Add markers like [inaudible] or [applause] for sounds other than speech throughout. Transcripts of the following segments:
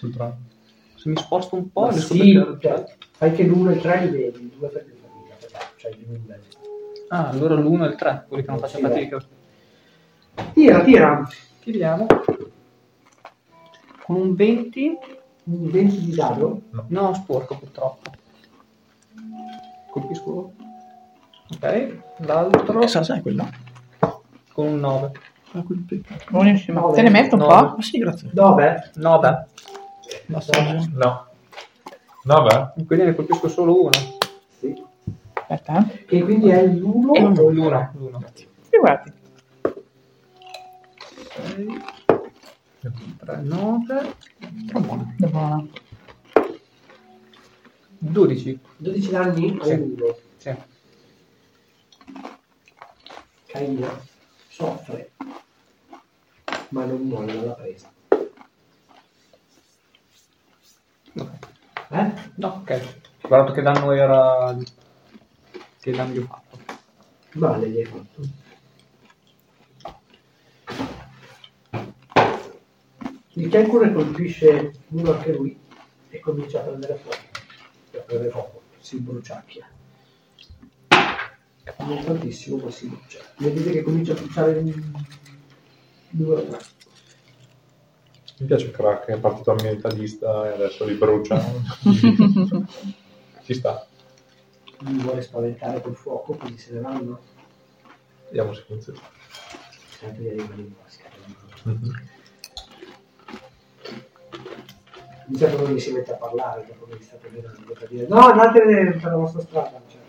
Contratto. Se mi sposto un po', Ma adesso sì, perché- cioè, fai che l'uno e tre li vedi, due perché fatica, però, cioè di nulla. Ah, allora l'1 e il 3, quelli che non faccio fatica. Tira, tira, Tiriamo. Con un 20, un 20 di dado, no, sporco purtroppo. Colpisco. Ok, l'altro Cosa sai quella? con un 9. Ah, quel pe- No, Buonissimo. Te ne metto un no. po'? Ah sì, grazie. 9, 9. Massaggio. No. No, beh. Quindi ne colpisco solo uno. Aspetta, eh. che quindi è l'uno o il L'uno, tre. l'uno. Figurati. 3, 9, È buona. 12. 12 danni Sì. all'uno. Sì. Caino soffre, ma non molla la presa. Eh? No, ok. Guardato che danno era. Che danno gli ho fatto. Male gli hai fatto. Il calcolo colpisce uno anche lui e comincia a prendere fuoco. A prendere fuoco, si bruciacchia. Non tantissimo, ma si brucia. Vedete che comincia a bruciare in due o tre. Mi piace Crack, è partito ambientalista e adesso li brucia. Ci sta. Lui vuole spaventare col fuoco, quindi se ne vanno. Vediamo se funziona. Tanto gli arrivano in vasca. Inizia quando mi si mette a parlare dopo che vi state vedendo per dire no andatene per la vostra strada cioè.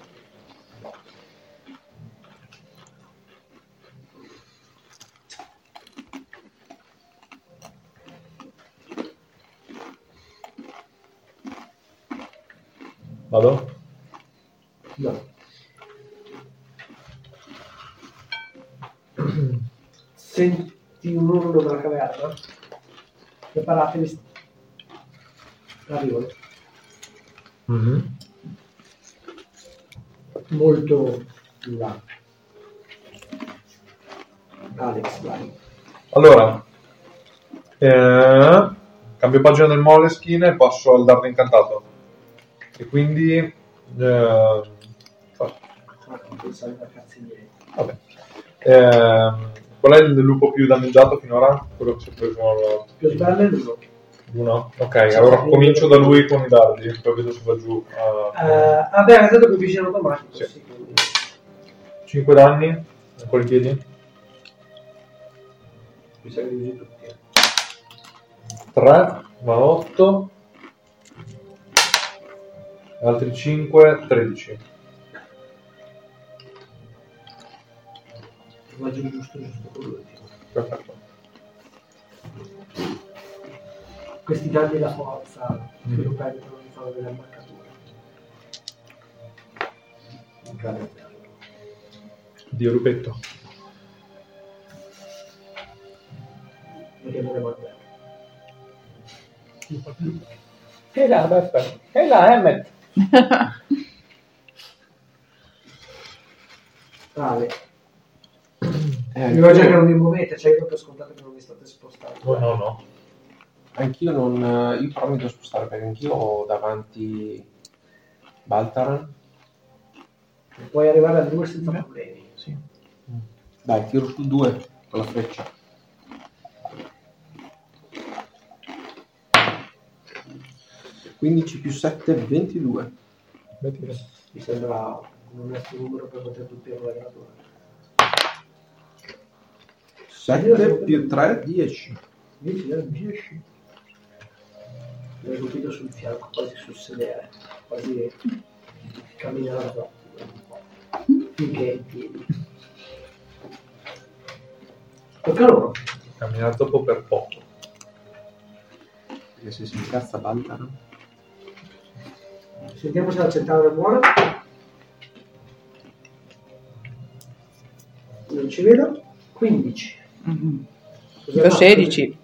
Vado? no. senti un urlo dalla caverna preparatevi arrivo Mm-hmm. molto in là Alex vai Allora, eh, cambio pagina del Moleskine e passo al dardo incantato. E quindi... eh, fa- Ah, non pensavo per cazzi miei vabbè. Ehm, qual è il lupo più danneggiato finora? Quello che si è preso... più bello è l'uno Uno? Ok, allora comincio da lui con i dardi, poi vedo se va giù a Eh, vabbè, ha detto che colpisce in automatico. Sì. sì, quindi. 5 danni, ancora i piedi, Mi sa che li usi tutti. 3, ma 8, altri 5, 13. Ma giù giusto, giusto con l'ultimo. Perfetto. Questi danni alla forza che Mm. lo perdono di fare delle ammaccature. Dio rubetto. Perché non è guardare. Ehi là, Beffer. Ehi là, Emmet. Vale. Eh, Mi va già che non vi muovete, cioè io proprio scontato che non vi state spostando. Oh, No, no, no. Anch'io non. eh, Io però mi devo spostare perché anch'io ho davanti Baltaran. Puoi arrivare a due senza problemi. Sì. Dai, tiro sul 2 con la freccia. «15 più 7, 22. Mi sembra un onesto numero per poter doppiare la gradura. 7 più 3, 10. 10 dal 10 mi hai colpito sul fianco quasi sul sedere quasi camminare troppo un po'. finché è in piedi tocca a loro Camminare dopo per poco. Perché se si incazza Baltar. Sentiamo se la centauro muore. Non ci vedo. 15. Mhm. Cos'è Io fatto? 16.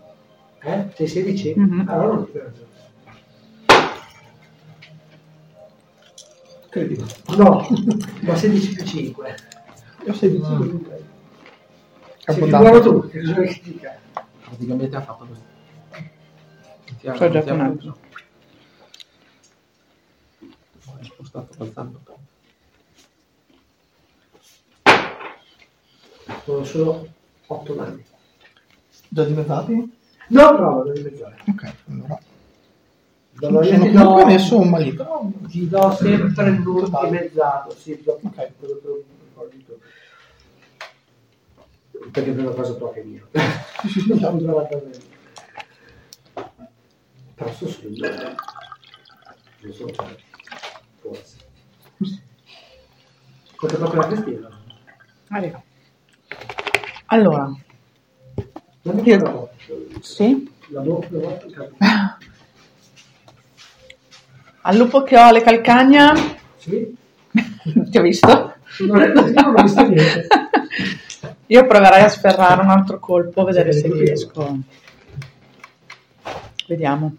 Eh? Sei 16? Mhm. Allora non ti vedo. Critico. No, ma 16 più 5. Io 16. Sei più Abbondanza. bravo tu, che cosa vuoi che ti dica? Praticamente ha fatto così. Ti ha- So già ti che ha un altro. preso. Poi ha spostato balzando. Sono solo 8 anni. Già dimezzati? No, no, devi mezzare. Ok, allora. Cioè, Allora io Sono ti do- comunque messo un malito. Ti do sempre il numero Totale. mezzato, sì, ti do Ok. quello che lo ricordi tu. Perché è una cosa tua che è mia. [laughs] Non trova la cosa mia. Però sto sul Non sono tanti. cioè, Forse. Quanto fa quella Cristina? Arriva. Ah, Allora, La mia la volta. sì. La volta, la volta, capo. Al lupo che ho le calcagna, Sì? ti ho visto. Non è così, non ho visto niente. Io proverai a sferrare un altro colpo, a vedere se riesco. Vediamo.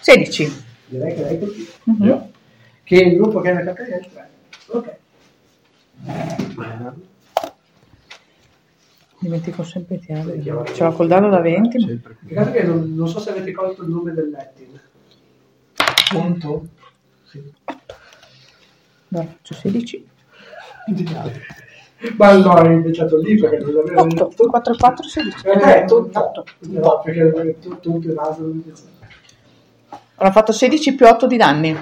Sedici. Direi che l'hai colpito. Mhm. Che il gruppo che era capito è il 3. Ok. Dimentico sempre i tiri. Ce l'ho col dado da 20. ma- Peccato che non, non so se avete colto il nome del Lettin. Punto. Sì. Dai, faccio 16. Geniale. Ma allora hai invecchiato lì perché non l'avevo 8, 4 e 4, 16. Eh, eh, tutto. 8. No, perché l'avevo tutto tutto il vaso. non mi piace. Allora, ho fatto 16 più 8 di danni.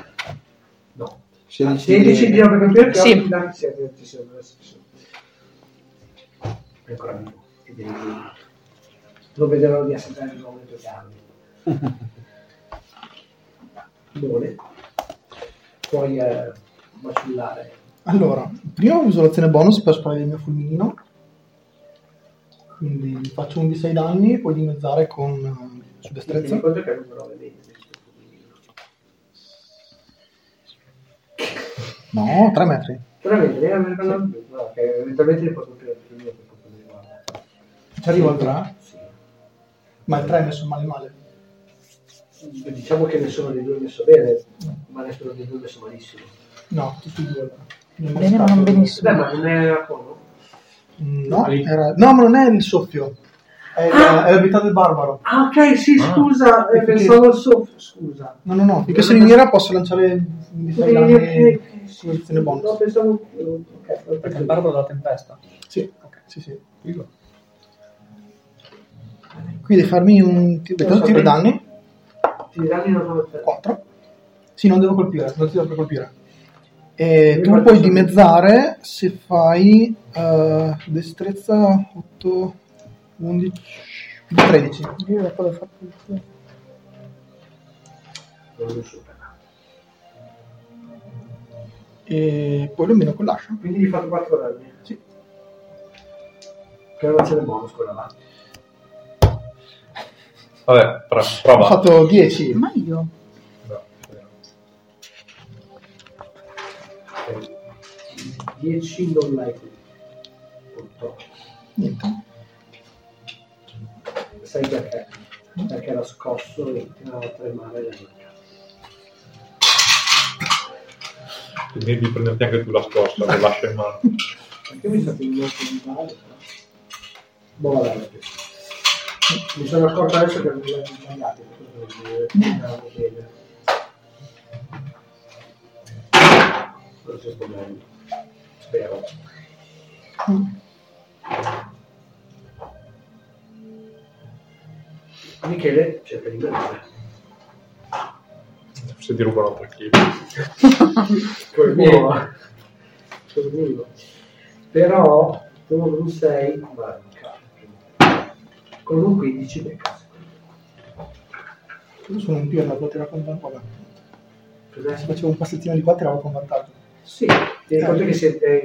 No. 16, 16 di per colpire, Sì. sì. Sì, ci sono, adesso ci sono. È ancora vivo. e devi- Lo vedrò di assaggiare il nome due anni. Buone. Puoi eh, vacillare. Allora, prima uso l'azione bonus per sparare il mio fulminino. Quindi gli faccio un di 6 danni, puoi dimezzare con eh, su Ti destrezza. ricordo che è numero 20. No, 3 metri. Veramente, devi aver parlato che eventualmente li posso più più io per quanto mi riguarda. Ci arrivo al 3, Sì. ma il 3 è messo male male. Diciamo che nessuno dei due è messo bene, ma nessuno dei due è messo malissimo. No, tutti e due. allora. Mi è Bene, ma mancato- non benissimo. Beh, ma non è a cono? Mm, No, era- no, ma non è il soffio. È, il- è l'abilità del barbaro. Ah, ok, sì, scusa, eh, Perché- pensavo al soffio, scusa. No, no, no, perché se in mira posso lanciare di 6 Eh, danni ok, ok, su azione No, bonus. pensavo... eh, ok, ho Perché capito. il bardo della tempesta. Sì, sì, sì. Quindi farmi un tiro, Non so tiro i bene. danni. Ti danni una volta. 4. Sì, non devo colpire, non ti devo per colpire. E Mi tu guardi puoi solo. dimezzare se fai eh, destrezza 8, 11, 13. Io dopo l'ho fatto il tiro. Non lo supera. E poi lo meno con l'ascia. Quindi gli fate 4 danni. Sì. Che non c'è il bonus quella là. Vabbè, pra- Ho [laughs] prova. fatto 10. Ma io? No, no. 10 non l'hai qui. Purtroppo. Niente. Sai perché? Perché era scosso e ti andava a tremare la mano. Quindi di prenderti anche tu la scorsa, lo lascio in mano. Perché mi state in gioco in male? Boh, vabbè, vabbè. Mi sono accorto adesso che non li avevo sbagliati. perché non li andavo bene. Non si sto meglio. Spero. Michele cerca di bere. Se ti rubano tre kill. Col mio. Col mio. Però tu con un 6 manca. Con un 15 becca. Io sono un pirla, potevo tirare con vantaggio. Cos'è? Se facevo un passettino di qua tiravo con vantaggio. Sì, ti ricordo che siete,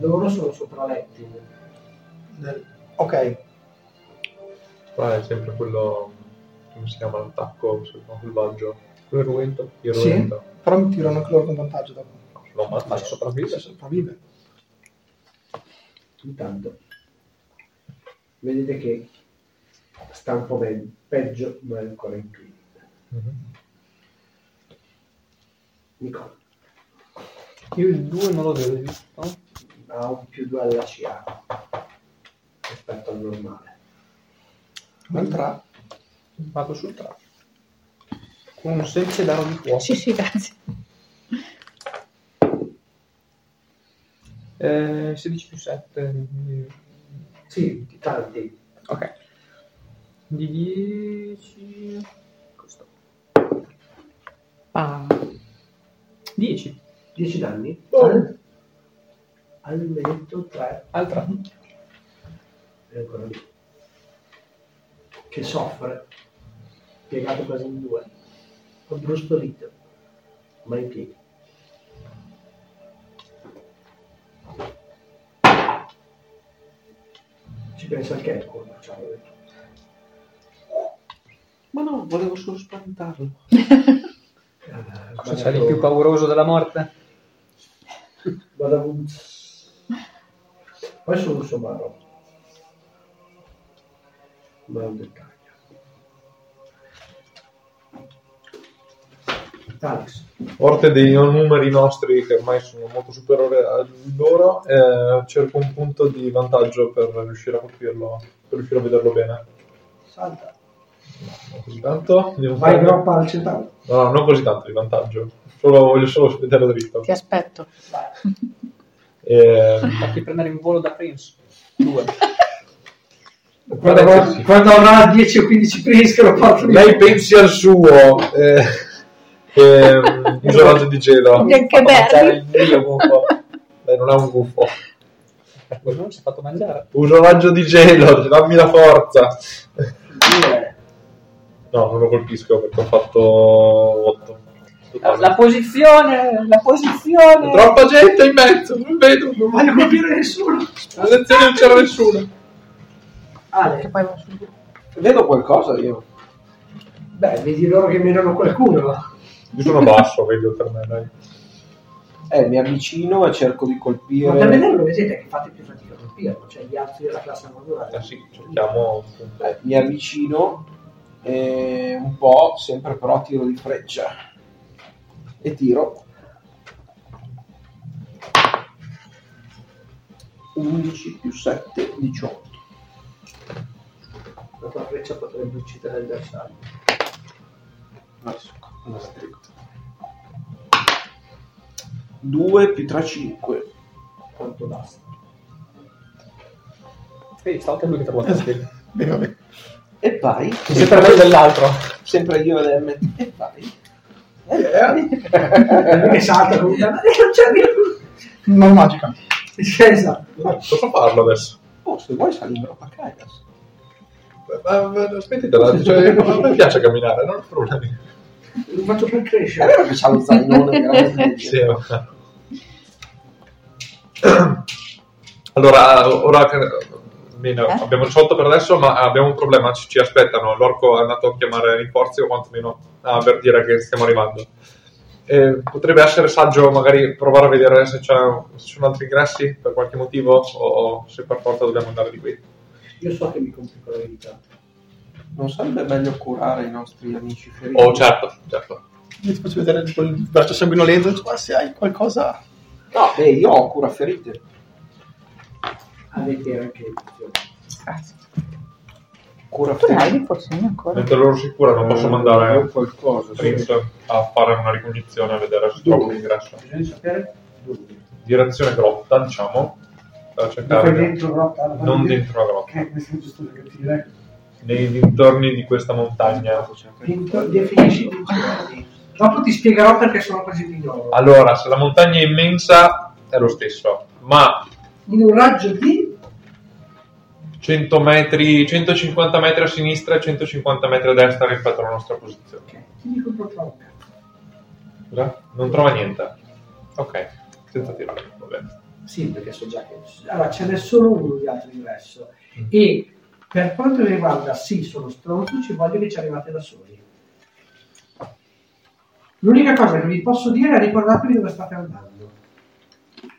loro sono sopraletti. Del- Ok, Qua è sempre quello. come si chiama l'attacco sul selvaggio? Quello ruento? Io Sì. ruento. però mi tirano anche loro con vantaggio dopo. Lo ammazza, sopravvive. Sopravvive. Intanto vedete che sta un po' meglio, peggio, ma è ancora in piedi. Nicola, Io il 2 non lo vedo, giusto? ha un più 2 alla CA rispetto al normale. Un tra. Vado sul tra. Con un semplice dado di fuoco. Sì, sì, grazie. Eh, 16 più 7. Sì, di tanti. Ok. Di 10. Questo. Ah, 10. 10 danni Oh. al, al menetto 3 Altra. è ancora lì. Che soffre, piegato quasi in due, abbrustolito, ma in piedi. Ci pensa anche Ecco, diciamo. Ma no, volevo solo spaventarlo. Eh, Cioè, sei il più pauroso della morte? Badabum. Poi sono somaro. Ma è un dettaglio. Alex, Orte dei non numeri nostri che ormai sono molto superiori a loro. eh, cerco un punto di vantaggio per riuscire a colpirlo, per riuscire a vederlo bene. salta. Non così tanto. Devo Vai fare- groppa al centauro. No, no, non così tanto di vantaggio. Solo, voglio solo vederlo dritto. ti [laughs] aspetto. Ehm, Fatti prendere in volo da Prince. 2. Quando avrà, quando avrà 10 o 15 presi che lo porto lì. lei pensi al suo. Eh, [laughs] ehm, isolato di gelo. Che- che mangiare bello. il mio buffo. Lei non è un gufo. Quello non si è fatto mangiare. Uso raggio di gelo, dammi la forza. Due. No, non lo colpisco perché ho fatto 8. La posizione, la posizione. Troppa gente in mezzo, non vedo. Non... Voglio colpire nessuno. A lezione non c'era nessuno. Che Ale, poi va su. Vedo qualcosa io. beh, vedi loro che mirano qualcuno. Io sono basso, vedo per me, dai. Eh, mi avvicino e cerco di Ma da colpire. vederlo vedete che fate più fatica a colpirlo, cioè gli altri della classe normale. Eh sì, cerchiamo. appunto. Eh, mi avvicino e un po', sempre però tiro di freccia. E tiro. 11 più 7, 18. La tua freccia potrebbe uccidere il bersaglio. Adesso, non la tengo. 2 più 3, 5. Quanto basta. Sì, sta anche lui che ti ha portato qui. Beh, vabbè. E vai. Si è preso dell'altro. Sempre io ad M. E vai. E vai. Perché salta [laughs] con Ma non c'è più. Non magica. Scensa. No, Posso farlo adesso? Oh, se vuoi salire a Kaidas. Ma, ma, aspettatela, cioè, [laughs] non mi piace camminare, non ho problemi. Lo faccio per È crescere. vero che c'ha lo zainone veramente. Sì, ma- [clears throat] Allora, ora che almeno Eh? abbiamo risolto per adesso, ma abbiamo un problema, ci, ci aspettano. L'orco è andato a chiamare rinforzi o quantomeno a avvertire che stiamo arrivando. Eh, potrebbe essere saggio magari provare a vedere se, c'è- se ci sono altri ingressi per qualche motivo o se per forza dobbiamo andare di qui. Io so che mi complico la vita. Non sarebbe meglio curare i nostri amici feriti? Oh, certo, certo. Io ti faccio vedere tipo il braccio sanguinolento. dico, Ma se hai qualcosa. No, beh, io ho cura ferite. Avete anche opzioni. Grazie. Cura Tu ferite. l'hai forse io ancora? Mentre loro si curano, posso mandare Eh, qualcosa. sì. Prince a fare una ricognizione a vedere se trovo un ingresso. Bisogna sapere dove. direzione grotta, diciamo, da cercare grotta. non dentro la grotta, Che Eh, questo è giusto per capire. nei dintorni di questa montagna. certo. Vinto- Definisci i dintorni. Dopo ti spiegherò perché sono così migliore. Allora, se la montagna è immensa è lo stesso, ma In un raggio di 100 metri, 150 metri a sinistra e 150 metri a destra rispetto alla nostra posizione. Ok, ti dico proprio. Scusa? Non trova niente. Ok. senza tirare, va bene. Sì, perché so già che... Allora, ce n'è solo uno di altro ingresso. E per quanto mi riguarda, sì, sono stronzo, ci voglio che ci arrivate da soli. L'unica cosa che vi posso dire è ricordatevi dove state andando.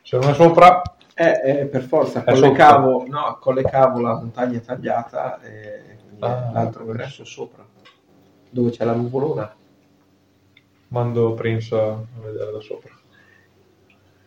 C'è una sopra, Eh, eh, per forza, È collecavo, no, collecavo la montagna tagliata e quindi Ah, l'altro ingresso sopra, dove c'è la nuvolona. mando Prince a vedere da sopra.